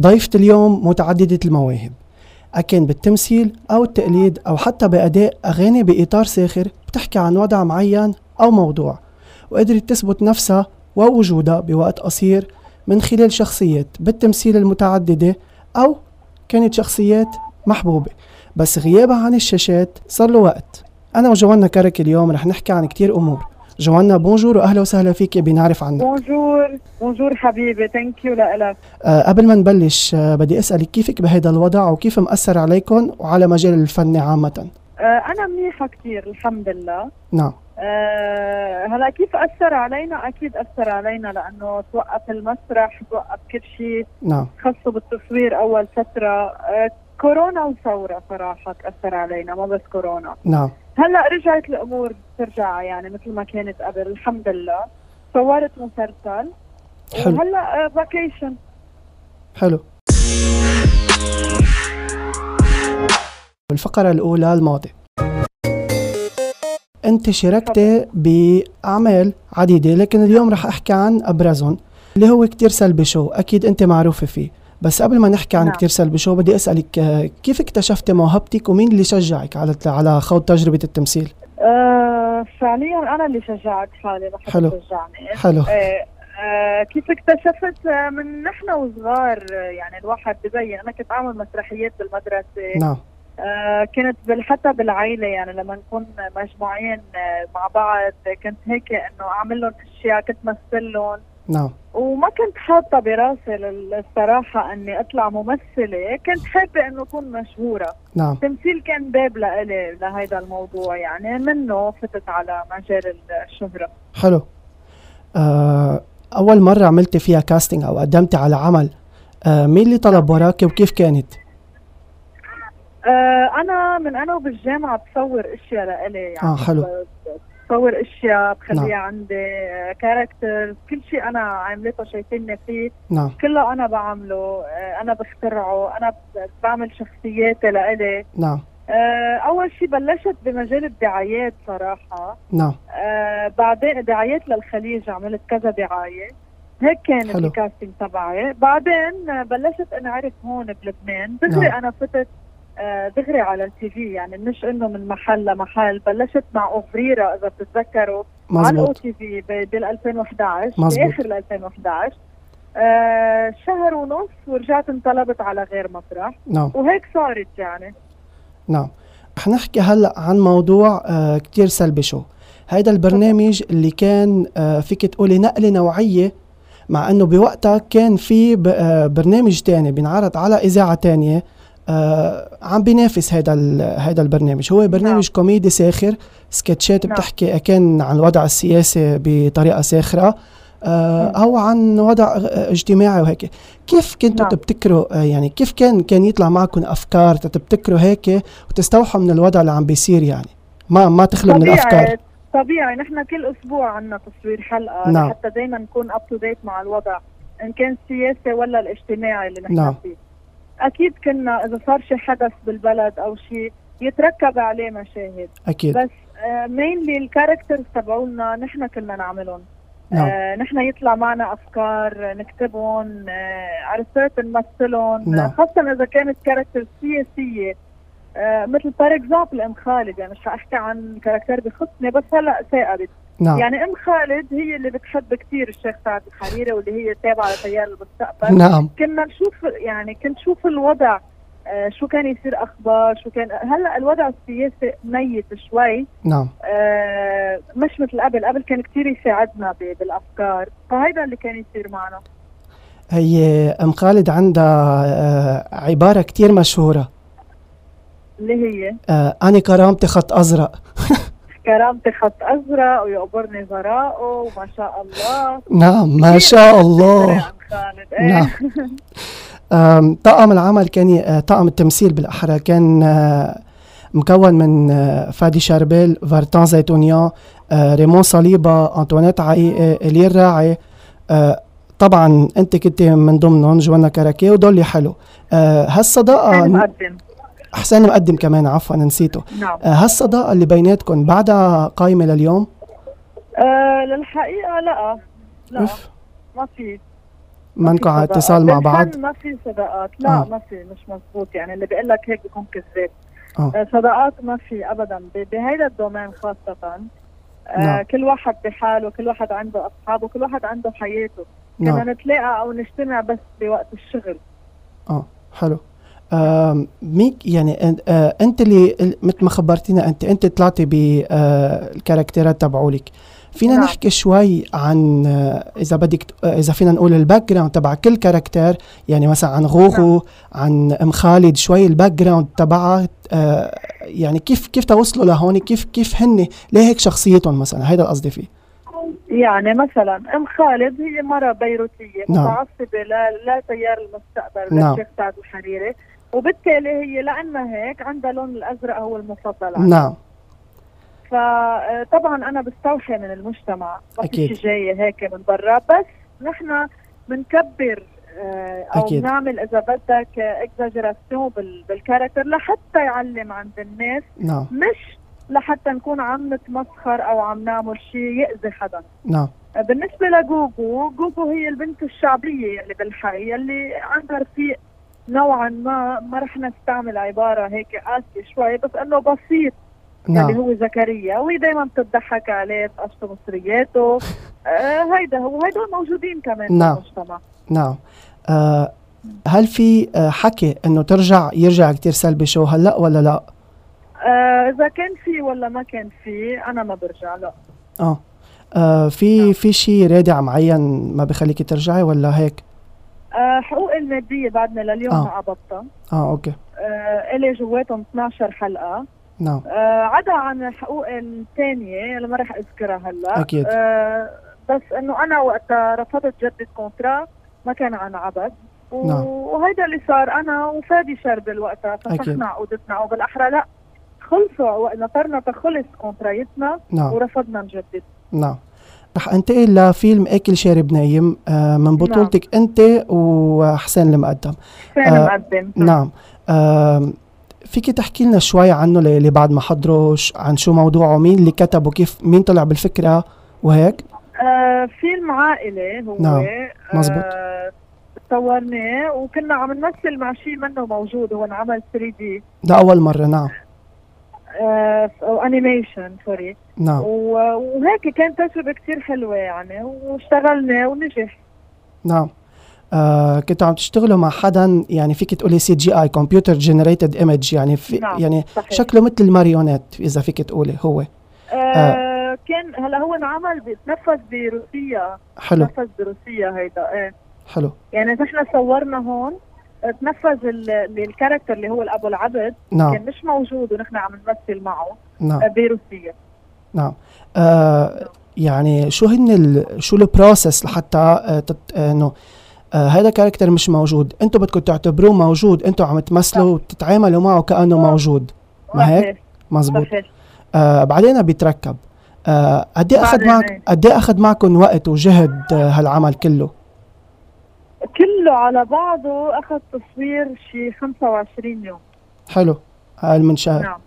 ضيفة اليوم متعددة المواهب أكن بالتمثيل أو التقليد أو حتى بأداء أغاني بإطار ساخر بتحكي عن وضع معين أو موضوع وقدرت تثبت نفسها ووجودها بوقت قصير من خلال شخصيات بالتمثيل المتعددة أو كانت شخصيات محبوبة بس غيابها عن الشاشات صار له وقت أنا وجوانا كرك اليوم رح نحكي عن كتير أمور جوانا بونجور وأهلا وسهلا فيك بنعرف عنك بونجور بونجور حبيبي ثانك يو لك آه، قبل ما نبلش آه، بدي أسألك كيفك بهذا الوضع وكيف مأثر عليكم وعلى مجال الفن عامة انا منيحه كثير الحمد لله نعم أه هلا كيف اثر علينا اكيد اثر علينا لانه توقف المسرح توقف كل شيء نعم خاصه بالتصوير اول فتره أه كورونا وثوره صراحه اثر علينا ما بس كورونا نعم هلا رجعت الامور ترجع يعني مثل ما كانت قبل الحمد لله صورت مسلسل حلو. وهلا uh, فاكيشن حلو الفقرة الأولى الماضي أنت شاركتي بأعمال عديدة لكن اليوم رح أحكي عن أبرزهم اللي هو كتير سلبي شو أكيد أنت معروفة فيه بس قبل ما نحكي عن نعم. كتير سلبي شو بدي أسألك آه، كيف اكتشفتي موهبتك ومين اللي شجعك على على خوض تجربة التمثيل أه فعليا انا اللي شجعت حالي ما حدا حلو. شجعني حلو إيه، آه، كيف اكتشفت آه، من نحن وصغار آه، يعني الواحد ببين انا كنت اعمل مسرحيات بالمدرسه نعم آه، كنت بال- حتى بالعائله يعني لما نكون مجموعين آه، مع بعض كنت هيك انه اعمل لهم اشياء كنت مثل لهم نعم وما كنت حاطه براسي لل- الصراحه اني اطلع ممثله كنت حابه انه اكون مشهوره نعم التمثيل كان باب لإلي لهذا الموضوع يعني منه فتت على مجال الشهره حلو آه، أول مرة عملتي فيها كاستنج أو قدمتي على عمل آه، مين اللي طلب وراك وكيف كانت؟ آه، انا من انا وبالجامعه بصور اشياء لإلي يعني آه، حلو. ب- بصور اشياء بخليها نعم. عندي كاركتر كل شيء انا عاملته شايفيني فيه نعم كله انا بعمله آه، انا بخترعه انا ب- بعمل شخصياتي لإلي نعم آه، اول شيء بلشت بمجال الدعايات صراحه نعم آه، بعدين دعايات للخليج عملت كذا دعايه هيك كانت حلو. الكاستنج تبعي بعدين آه، بلشت انعرف هون بلبنان دغري نعم. انا فتت آه، دغري على التي في يعني مش انه من محل لمحل بلشت مع اوفريرا اذا بتتذكروا على الاو مزبوط تي في بال 2011 مزبوط. باخر ال 2011 آه شهر ونص ورجعت انطلبت على غير مسرح نعم وهيك صارت يعني نعم رح نحكي هلا عن موضوع آه كتير سلبي شو هيدا البرنامج اللي كان آه فيك تقولي نقلة نوعية مع انه بوقتها كان في ب- آه برنامج تاني بينعرض على اذاعة تانية آه عم بينافس هيدا ال- هيدا البرنامج هو برنامج نعم. كوميدي ساخر سكتشات نعم. بتحكي كان عن الوضع السياسي بطريقة ساخرة آه مم. او عن وضع آه، اجتماعي وهيك كيف كنتوا نعم. تبتكروا آه، يعني كيف كان كان يطلع معكم افكار تبتكروا هيك وتستوحوا من الوضع اللي عم بيصير يعني ما ما تخلوا من الافكار طبيعي نحن كل اسبوع عندنا تصوير حلقه نعم. نعم. حتى دائما نكون اب تو ديت مع الوضع ان كان سياسي ولا الاجتماعي اللي نحن نعم. نعم. فيه اكيد كنا اذا صار شي حدث بالبلد او شيء يتركب عليه مشاهد اكيد بس مينلي الكاركترز تبعولنا نحن كنا نعملهم نعم آه نحن يطلع معنا افكار آه، نكتبهم آه عرفت نمثلهم نعم. آه، خاصه اذا كانت كاركتر سياسيه آه مثل فور اكزامبل ام خالد يعني مش حاحكي عن كاركتر بخصني بس هلا ثاقبت نعم يعني ام خالد هي اللي بتحب كثير الشيخ سعد الحريري واللي هي تابعه لتيار المستقبل نعم كنا نشوف يعني كنت شوف الوضع آه شو كان يصير اخبار شو كان هلا الوضع السياسي ميت شوي نعم آه، مش مثل قبل قبل كان كتير يساعدنا ب- بالافكار فهيدا اللي كان يصير معنا هي ام خالد عندها آه، عباره كتير مشهوره اللي هي آه، انا كرامتي خط ازرق كرامتي خط ازرق ويقبرني ثراؤه وما شاء الله نعم ما شاء الله عم خالد إيه. نعم أم، طاقم العمل كان ي- آه، طاقم التمثيل بالاحرى كان آه، مكون من آه، فادي شاربيل فارتان زيتونيان آه، ريمون صليبة انطوانيت عقيقة الير راعي آه، طبعا انت كنت من ضمنهم جوانا كراكي ودولي حلو آه، كان هالصداقة مقدم حسين مقدم كمان عفوا نسيته نعم آه، هالصداقة اللي بيناتكم بعدها قايمة لليوم آه للحقيقه لا لا أوف. ما في منكم على اتصال مع بعض بالفن ما في صداقات لا آه. آه. ما في مش مزبوط يعني اللي بيقول لك هيك بيكون كذاب آه. آه. صداقات ما في ابدا ب- بهيدا الدومين خاصه آه نعم. كل واحد بحاله كل واحد عنده اصحابه كل واحد عنده حياته نعم بدنا نتلاقى او نجتمع بس بوقت الشغل حلو آم، ميك يعني أن- آه، انت اللي ال- مثل ما خبرتينا انت انت طلعتي آه، بالكاركترات تبعولك فينا نعم. نعم. نحكي شوي عن آه، اذا بدك ت- آه، اذا فينا نقول الباك جراوند تبع كل كاركتر يعني مثلا عن غوغو نعم. عن ام خالد شوي الباك جراوند تبعها آه، يعني كيف كيف توصلوا لهون كيف كيف هن ليه هيك شخصيتهم مثلا هيدا القصد فيه يعني مثلا ام خالد هي مره بيروتيه نعم. متعصبه لا لا تيار المستقبل نعم. لا الشيخ سعد الحريري وبالتالي هي لانها هيك عندها اللون الازرق هو المفضل عندها. نعم فطبعا انا بستوحي من المجتمع ما في أكيد. شي جاي هيك من برا بس نحن بنكبر آه، او أكيد. أكيد. بنعمل اذا بدك اكزاجراسيون بالكاركتر لحتى يعلم عند الناس نعم مش لحتى نكون عم نتمسخر او عم نعمل شيء ياذي حدا نعم بالنسبه لجوجو جوجو هي البنت الشعبيه اللي بالحي اللي عندها رفيق نوعا ما ما رح نستعمل عباره هيك قاسيه شوي بس انه بسيط اللي نعم يعني هو زكريا وهي دايما بتضحك عليه بقشط مصرياته آه هيدا هو هيدول موجودين كمان نعم. بالمجتمع نعم آه هل في آه حكي انه ترجع يرجع كتير سلبي شو هلا ولا لا؟ آه اذا كان في ولا ما كان في انا ما برجع لا اه, آه في في شيء رادع معين ما بخليك ترجعي ولا هيك؟ آه حقوق الماديه بعدنا لليوم آه. ما قبضتها اه اوكي آه الي جواتهم 12 حلقه نعم آه عدا عن الحقوق الثانيه اللي ما رح اذكرها هلا أكيد. آه بس انه انا وقتها رفضت جدد كونترا ما كان عن عبد و- نعم. وهيدا اللي صار انا وفادي شربل وقتها أكيد. فسخنا عقودتنا وبالاحرى لا خلصوا عقود- نطرنا تخلص كونترايتنا نعم ورفضنا نجدد نعم رح انتقل لفيلم اكل شارب نايم آه من بطولتك انت وحسين المقدم حسين آه، مقدم نعم آه فيك تحكي لنا شوي عنه للي بعد ما حضره ش- عن شو موضوعه مين اللي كتبه كيف مين طلع بالفكره وهيك آه فيلم عائلة هو نعم، مزبوط. آه صورناه وكنا عم نمثل مع شيء منه موجود هو انعمل 3 دي ده اول مره نعم آه او انيميشن سوري نعم و- وهيك كانت تجربة كتير حلوة يعني واشتغلنا ونجح نعم آه كنتوا عم تشتغلوا مع حدا يعني فيك تقولي سي جي اي كمبيوتر جنريتد ايمج يعني في نعم، يعني صحيح شكله مثل الماريونيت اذا فيك تقولي هو آه كان هلا هو انعمل ب- تنفذ بروسيا حلو تنفذ بروسيا هيدا ايه حلو يعني نحن صورنا هون آه، تنفذ ال- ال- الكاركتر اللي هو الابو العبد نعم كان مش موجود ونحن عم نمثل معه نعم آه، بروسيا آه يعني شو هن ال شو البروسس لحتى آه تت- آه، انه آه هذا كاركتر مش موجود انتوا بدكم تعتبروه موجود انتوا عم نعم. تمثلوا وتتعاملوا معه كانه موجود ما هيك؟ صحيح، مزبوط صحيح آه بعدين بيتركب آه قد ايه اخذ بعدين معك إيه. قد ايه اخذ معكم وقت وجهد آه هالعمل كله كله على بعضه اخذ تصوير شي 25 يوم حلو اقل من شهر نعم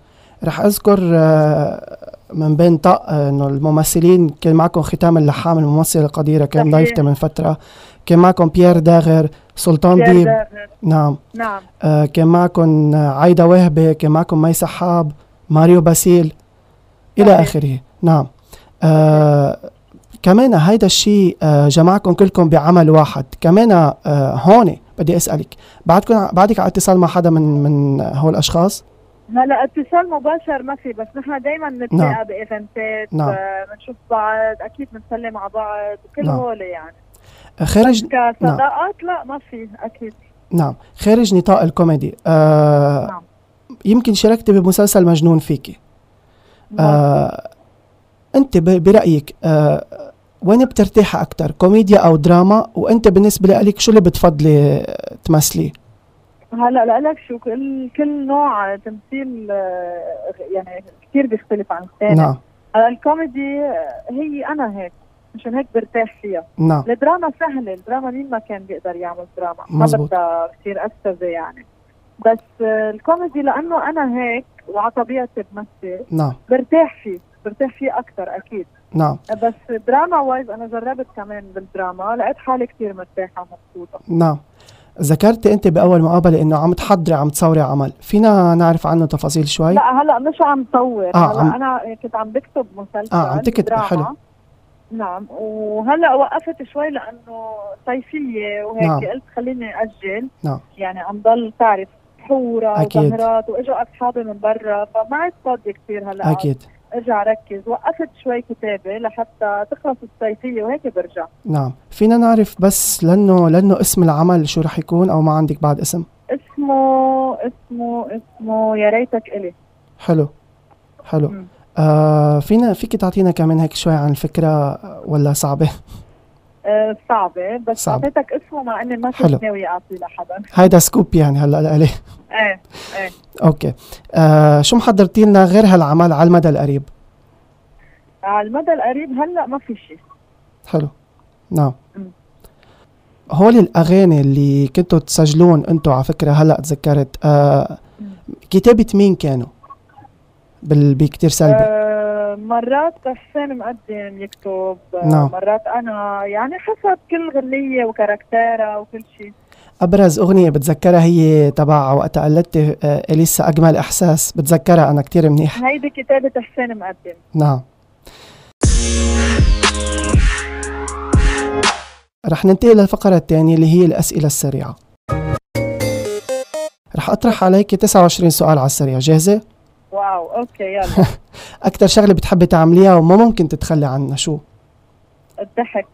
رح اذكر آه، من بين طق آه، انه الممثلين كان معكم ختام اللحام الممثله القديره كان صحيح. ضيفتي من فتره كان معكم بيير داغر سلطان كتير ديب داغر. نعم نعم آه، كان معكم آه، عايده وهبه كان معكم مي سحاب ماريو باسيل الى صحيح. اخره نعم آه كمان هيدا الشيء آه جمعكم كلكم بعمل واحد كمان آه هون بدي اسالك بعدكم بعدك على اتصال مع حدا من من هول الاشخاص هلا اتصال مباشر ما في بس نحن دائما نعم. نتلاقى بايفنتات نعم. آه، بنشوف بعض اكيد بنسلم على بعض كل نعم. هول يعني خارج كصداقات لا ما في اكيد نعم خارج نطاق الكوميدي آه نعم. يمكن شاركتي بمسلسل مجنون فيكي آه. آه انت ب- برايك آه وين بترتاحي اكثر كوميديا او دراما وانت بالنسبه لك شو اللي بتفضلي آه، تمثلي هلا لك شو كل كل نوع تمثيل آه، يعني كثير بيختلف عن الثاني نعم هلا الكوميدي آه، هي انا هيك مشان هيك برتاح فيها نعم الدراما سهلة الدراما مين ما كان بيقدر يعمل دراما ما مزبوط. بدها كثير أستاذة يعني بس آه، الكوميدي لأنه أنا هيك وعلى طبيعتي بمثل نعم برتاح فيه برتاح فيه أكثر أكيد نعم بس دراما وايز انا جربت كمان بالدراما لقيت حالي كثير مرتاحه ومبسوطه نعم ذكرت انت باول مقابله انه عم تحضري عم تصوري عمل فينا نعرف عنه تفاصيل شوي لا هلا مش عم طور طيب. آه، آه هلا عم- انا كنت عم بكتب مسلسل آه، عم تكتب، دراما. حلو. نعم وهلا وقفت شوي لانه صيفيه وهيك نعم. قلت خليني اجل نعم. يعني عم ضل تعرف حوره أكيد. وظهرات واجوا اصحابي من برا فما عاد فاضيه كثير هلا اكيد ارجع ركز وقفت شوي كتابه لحتى تخلص الصيفيه وهيك برجع نعم فينا نعرف بس لانه لانه اسم العمل شو رح يكون او ما عندك بعد اسم اسمه اسمه اسمه يا ريتك الي حلو حلو مم. آه فينا فيك تعطينا كمان هيك شوي عن الفكره ولا صعبه آه صعبه بس صعبة. اعطيتك اسمه مع اني ما حلو. كنت ناويه اعطيه لحدا هيدا سكوب يعني هلا لالي ايه اوكي آه شو محضرتي لنا غير هالعمل على المدى القريب على المدى القريب هلا ما في شيء حلو نعم مم. هول الاغاني اللي كنتوا تسجلون انتوا على فكره هلا تذكرت آه مم. كتابه مين كانوا بال بكتير سلبي آه مرات حسين مقدم يكتب آه، نعم. مرات انا يعني حسب كل غنية وكاركتيرها وكل شيء ابرز اغنيه بتذكرها هي تبع وقت قلدتي آه اليسا اجمل احساس بتذكرها انا كتير منيح هيدي كتابة حسين مقدم نعم رح ننتقل للفقرة الثانية اللي هي الأسئلة السريعة رح أطرح عليك 29 سؤال على السريع جاهزة؟ واو اوكي يلا أكتر شغلة بتحبي تعمليها وما ممكن تتخلي عنها شو؟ الضحك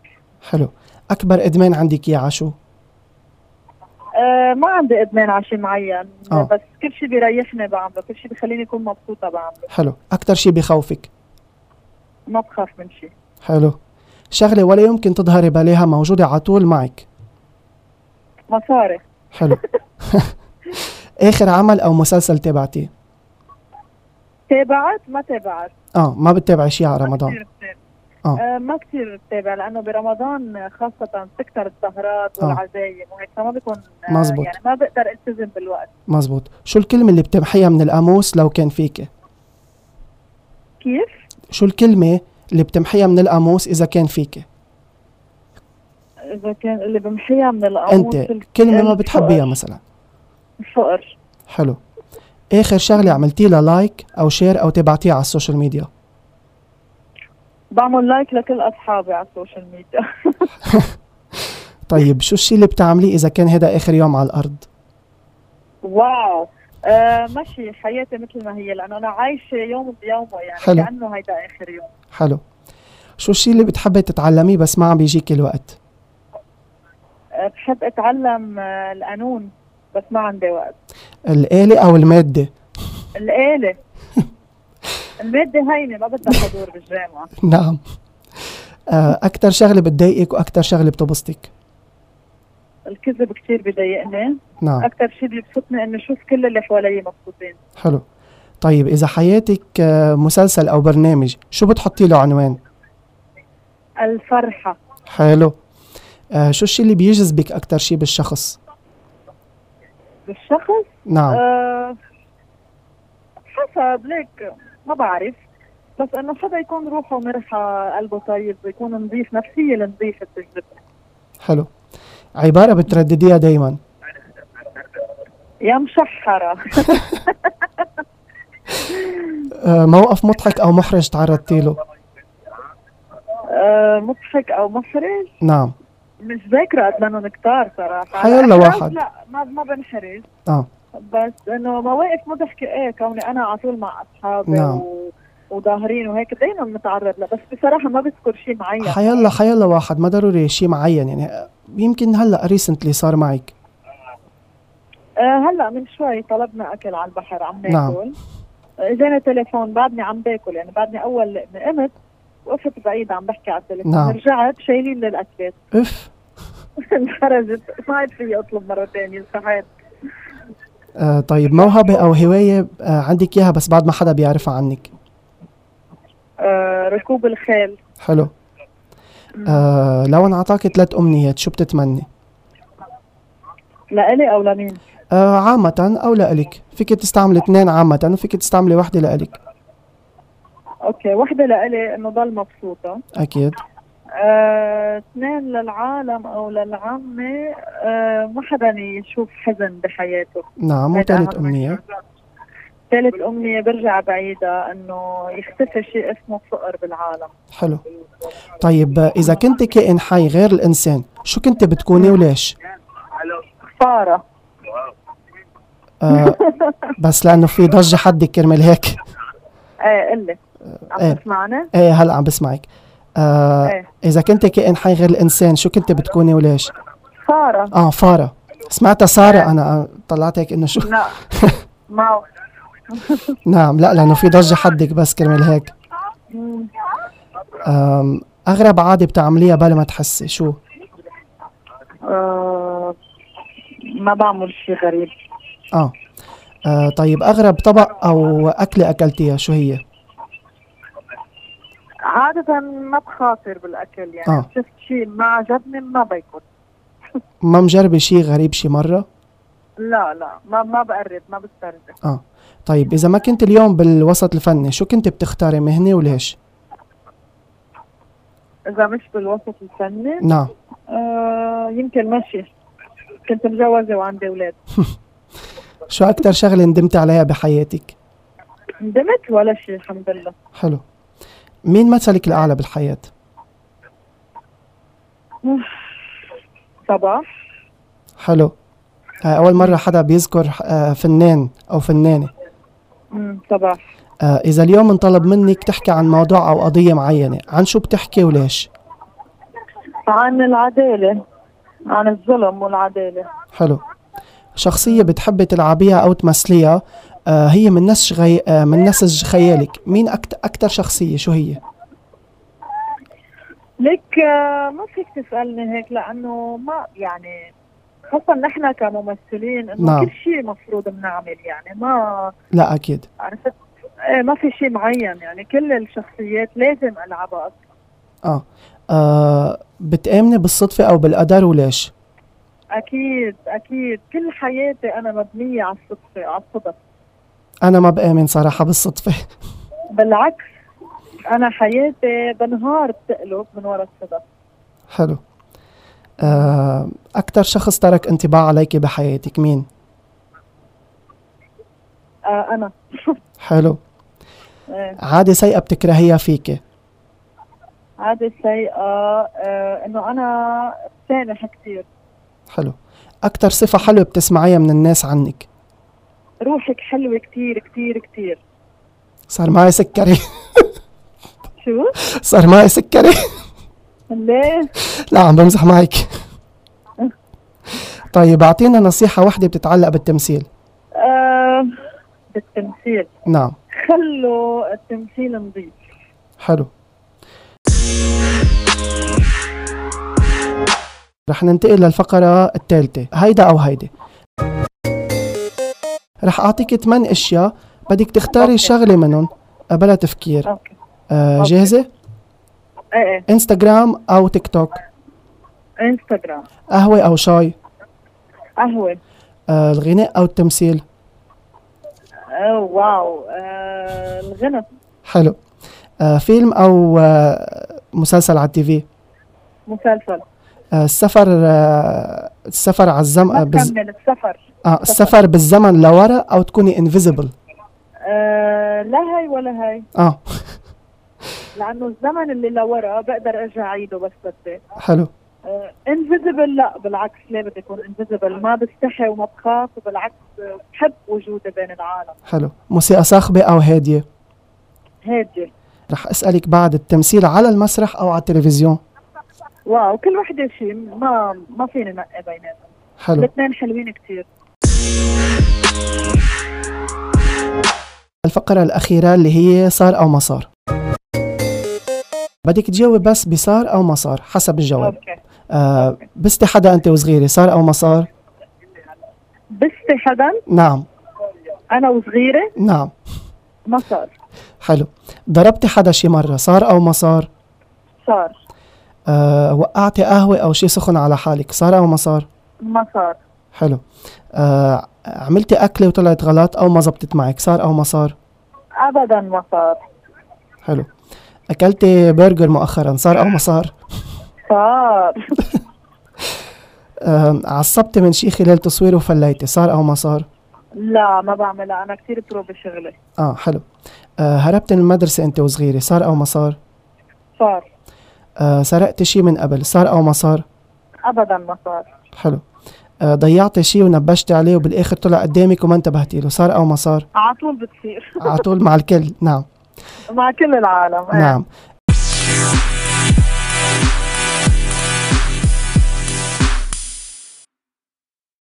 حلو أكبر إدمان عندك إياه على شو؟ آه ما عندي ادمان على شيء معين آه. بس كل شيء بيريحني بعمله كل شيء بخليني اكون مبسوطة بعمله حلو أكتر شي بخوفك ما بخاف من شيء حلو شغلة ولا يمكن تظهري بلاها موجودة على طول معك مصاري حلو آخر عمل أو مسلسل تابعتيه تابعت ما تابعت آه ما بتتابعي شي على ما رمضان كتير بتابع. آه. آه. ما كثير بتابع لانه برمضان خاصه بتكثر السهرات آه. والعزايم وهيك فما بكون آه مزبوط. يعني ما بقدر التزم بالوقت مزبوط شو الكلمة اللي بتمحيها من القاموس لو كان فيك كيف؟ شو الكلمة اللي بتمحيها من القاموس إذا كان فيك اذا كان اللي بمحيها من القاموس أنت ال- كلمة ما الفقر- بتحبيها مثلا الفقر حلو آخر شغلة عملتي لها لايك أو شير أو تبعتيها على السوشيال ميديا بعمل لايك لكل اصحابي على السوشيال ميديا طيب شو الشي اللي بتعمليه إذا كان هذا آخر يوم على الأرض واو آه ماشي حياتي مثل ما هي لانه انا عايشه يوم بيومه يعني حلو. كانه هيدا اخر يوم حلو شو الشي اللي بتحبي تتعلميه بس ما عم بيجيك الوقت آه بحب اتعلم آه القانون بس ما عندي وقت الآلة أو المادة الآلة المادة هينة ما بدها حضور بالجامعة نعم آه، أكتر شغلة بتضايقك وأكتر شغلة بتبسطك الكذب كثير بضايقني نعم أكثر شيء بيبسطني إني أشوف كل اللي حوالي مبسوطين حلو طيب إذا حياتك آه، مسلسل أو برنامج شو بتحطي له عنوان؟ الفرحة حلو آه، شو الشي اللي بيجذبك أكتر شي بالشخص؟ بالشخص نعم آه حسب ليك ما بعرف بس إنه حدا يكون روحه مرحة قلبه طيب يكون نظيف نفسية نظيفة بتجذبني حلو عبارة بتردديها دايما يا مشحرة آه، موقف مضحك أو محرج تعرضتي له آه مضحك أو محرج نعم مش ذاكرة قد منهم كتار صراحة حيالله لا، واحد. لا ما ما بنحرج آه. بس انه مواقف مضحكة ايه كوني انا على طول مع اصحابي نعم. و... وظاهرين وهيك دايما متعرض له بس بصراحة ما بذكر شيء معين حيلا حيلا واحد ما ضروري شي معين يعني آه، يمكن هلا ريسنتلي صار معك آه هلا من شوي طلبنا اكل على البحر عم نعم. ناكل آه، اجاني تليفون بعدني عم باكل يعني بعدني اول لقمة قمت وقفت بعيد عم بحكي على التليفون نعم. رجعت شايلين لي الاكلات اف انخرجت ما عاد فيي اطلب مرة ثانية صحيت آه، طيب موهبة أو هواية آه، عندك إياها بس بعد ما حدا بيعرفها عنك آه ركوب الخيل حلو آه، لو انعطاك ثلاث أمنيات شو بتتمني؟ لإلي او لمين؟ آه عامة أو لألك فيك تستعمل اثنين عامة وفيك تستعملي واحدة لألك اوكي وحده لإلي انه ضل مبسوطه أكيد آه، اثنين للعالم او للعامه آه، ما حدا يشوف حزن بحياته يعني نعم وثالث أمنية ثالث امنيه برجع بعيدها انه يختفي شيء اسمه فقر بالعالم حلو طيب آه، إذا كنت كائن حي غير الإنسان شو كنت بتكوني وليش؟ خساره آه بس لأنه في ضجة حدك كرمال هيك ايه قلي إيه. عم تسمعنا؟ إيه هلا عم بسمعك آه ايه إذا كنت كائن حي غير الإنسان شو كنت بتكوني وليش؟ خساره آه فارة سمعتها سارة أنا آه، طلعت هيك إنه شو لا ما نعم لا لأنه في ضجة حدك بس كرمال هيك مم. آم، أغرب عادة بتعمليها بلا ما تحسي شو؟ آه، ما بعمل شيء غريب آه. آه طيب أغرب طبق أو أكلة أكلتيها شو هي؟ عادة ما بخاطر بالأكل يعني آه. آه. شفت شيء ما عجبني ما باكل ما مجربة شي غريب شي مرة؟ لا لا ما ما بقرب ما بسترجع آه طيب إذا ما كنت اليوم بالوسط الفني شو كنت بتختاري مهنة وليش؟ إذا مش بالوسط الفني نعم آه يمكن مشي كنت مجوزة وعندي أولاد شو أكتر شغلة ندمت عليها بحياتك؟ ندمت ولا شيء الحمد لله حلو مين مثلك الأعلى بالحياة؟ صباح حلو آه أول مرة حدا بيذكر آه فنان أو فنانة مم، صباح آه إذا اليوم انطلب منك تحكي عن موضوع أو قضية معينة عن شو بتحكي وليش؟ عن العدالة عن الظلم والعدالة حلو شخصية بتحبي تلعبيها أو تمثليها آه هي من نسج غي... آه من نسج خيالك مين أكت... أكتر شخصية شو هي؟ لك آه، ما فيك تسألني هيك لأنه ما يعني خاصة نحن كممثلين إنه نعم. كل شيء مفروض بنعمل يعني ما لا أكيد عرفت ايه ما في شيء معين يعني كل الشخصيات لازم العبها اصلا آه, آه بتآمني بالصدفة أو بالقدر وليش؟ اكيد اكيد كل حياتي انا مبنيه على الصدفه على الصدف أنا ما بآمن صراحة بالصدفة بالعكس انا حياتي بنهار بتقلب من وراء الصدف حلو آه أكتر شخص ترك انطباع عليك بحياتك مين؟ آه انا حلو إيه. عادة سيئة بتكرهيها فيك عادة سيئة آه انه انا سامح كثير حلو أكتر صفة حلوة بتسمعيها من الناس عنك روحك حلوة كثير كثير كثير صار معي سكري شو؟ صار معي سكري ليه؟ لا عم بمزح معك طيب اعطينا نصيحة واحدة بتتعلق بالتمثيل آه بالتمثيل نعم خلوا التمثيل نظيف حلو رح ننتقل للفقرة الثالثة هيدا أو هيدي رح أعطيك ثمان أشياء بدك تختاري أوكي. شغلة منهم بلا تفكير اوكي آه، أوكي. جاهزة؟ ايه ايه انستغرام أو تيك توك انستغرام قهوة أو شاي قهوة آه، الغناء أو التمثيل أوه واو آه الغنى حلو آه، فيلم أو آه، مسلسل على التيفي مسلسل آه، السفر آه، السفر على ما الزمن آه، بز... كمل السفر آه السفر بالزمن لورا او تكوني انفيزبل آه لا هاي ولا هاي اه لأنه الزمن اللي لورا بقدر أرجع أعيده بس بدي حلو آه انفيزبل لا بالعكس ليه بدي أكون انفيزبل ما بستحي وما بخاف وبالعكس آه، بحب وجودي بين العالم حلو موسيقى صاخبه او هاديه هادي رح اسالك بعد التمثيل على المسرح او على التلفزيون واو كل وحدة شيء ما ما فيني نقي بيناتهم حلو الاثنين حلوين كتير الفقره الاخيره اللي هي صار او ما صار بدك تجاوب بس بصار او ما صار حسب الجواب أوكي آه بستي حدا انت وصغيره صار او ما صار بستي حدا نعم أنا وصغيرة نعم ما صار حلو ضربتي حدا شي مره صار او ما صار صار آه وقعتي قهوه او شي سخن على حالك صار او ما صار ما صار حلو آه عملتي أكلة وطلعت غلط أو ما زبطت معك صار أو ما صار ابدا ما صار حلو اكلتي برجر مؤخرا صار او ما صار صار أم، آه، عصبتي من شيء خلال تصوير وفليتي صار او ما صار لا ما بعملها انا كثير برو بشغلي اه حلو آه هربت من المدرسه انت وصغيره صار او ما صار صار آه سرقت شيء من قبل صار او ما صار ابدا ما صار حلو آه ضيعت شيء ونبشت عليه وبالاخر طلع قدامك وما انتبهتي له صار او ما صار على طول بتصير على طول مع الكل نعم مع كل العالم إيه. نعم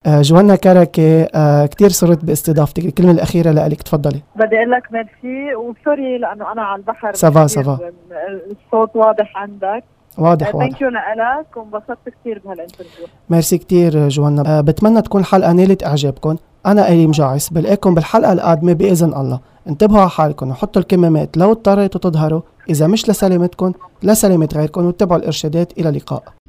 آه، جوانا كركي آه، كتير سرت باستضافتك الكلمة الأخيرة لألك تفضلي بدي اقول لك ميرسي وسوري لانه انا على البحر سافا، بصير سافا. الصوت واضح عندك واضح واضح ثانك يو لك وانبسطت كثير بهالانترفيو ميرسي كتير جوانا آه، بتمنى تكون الحلقة نالت إعجابكم أنا إيلي مجعس بلاقيكم بالحلقة القادمة بإذن الله انتبهوا على حالكم وحطوا الكمامات لو اضطريتوا تظهروا إذا مش لسلامتكم لسلامة غيركم واتبعوا الإرشادات إلى اللقاء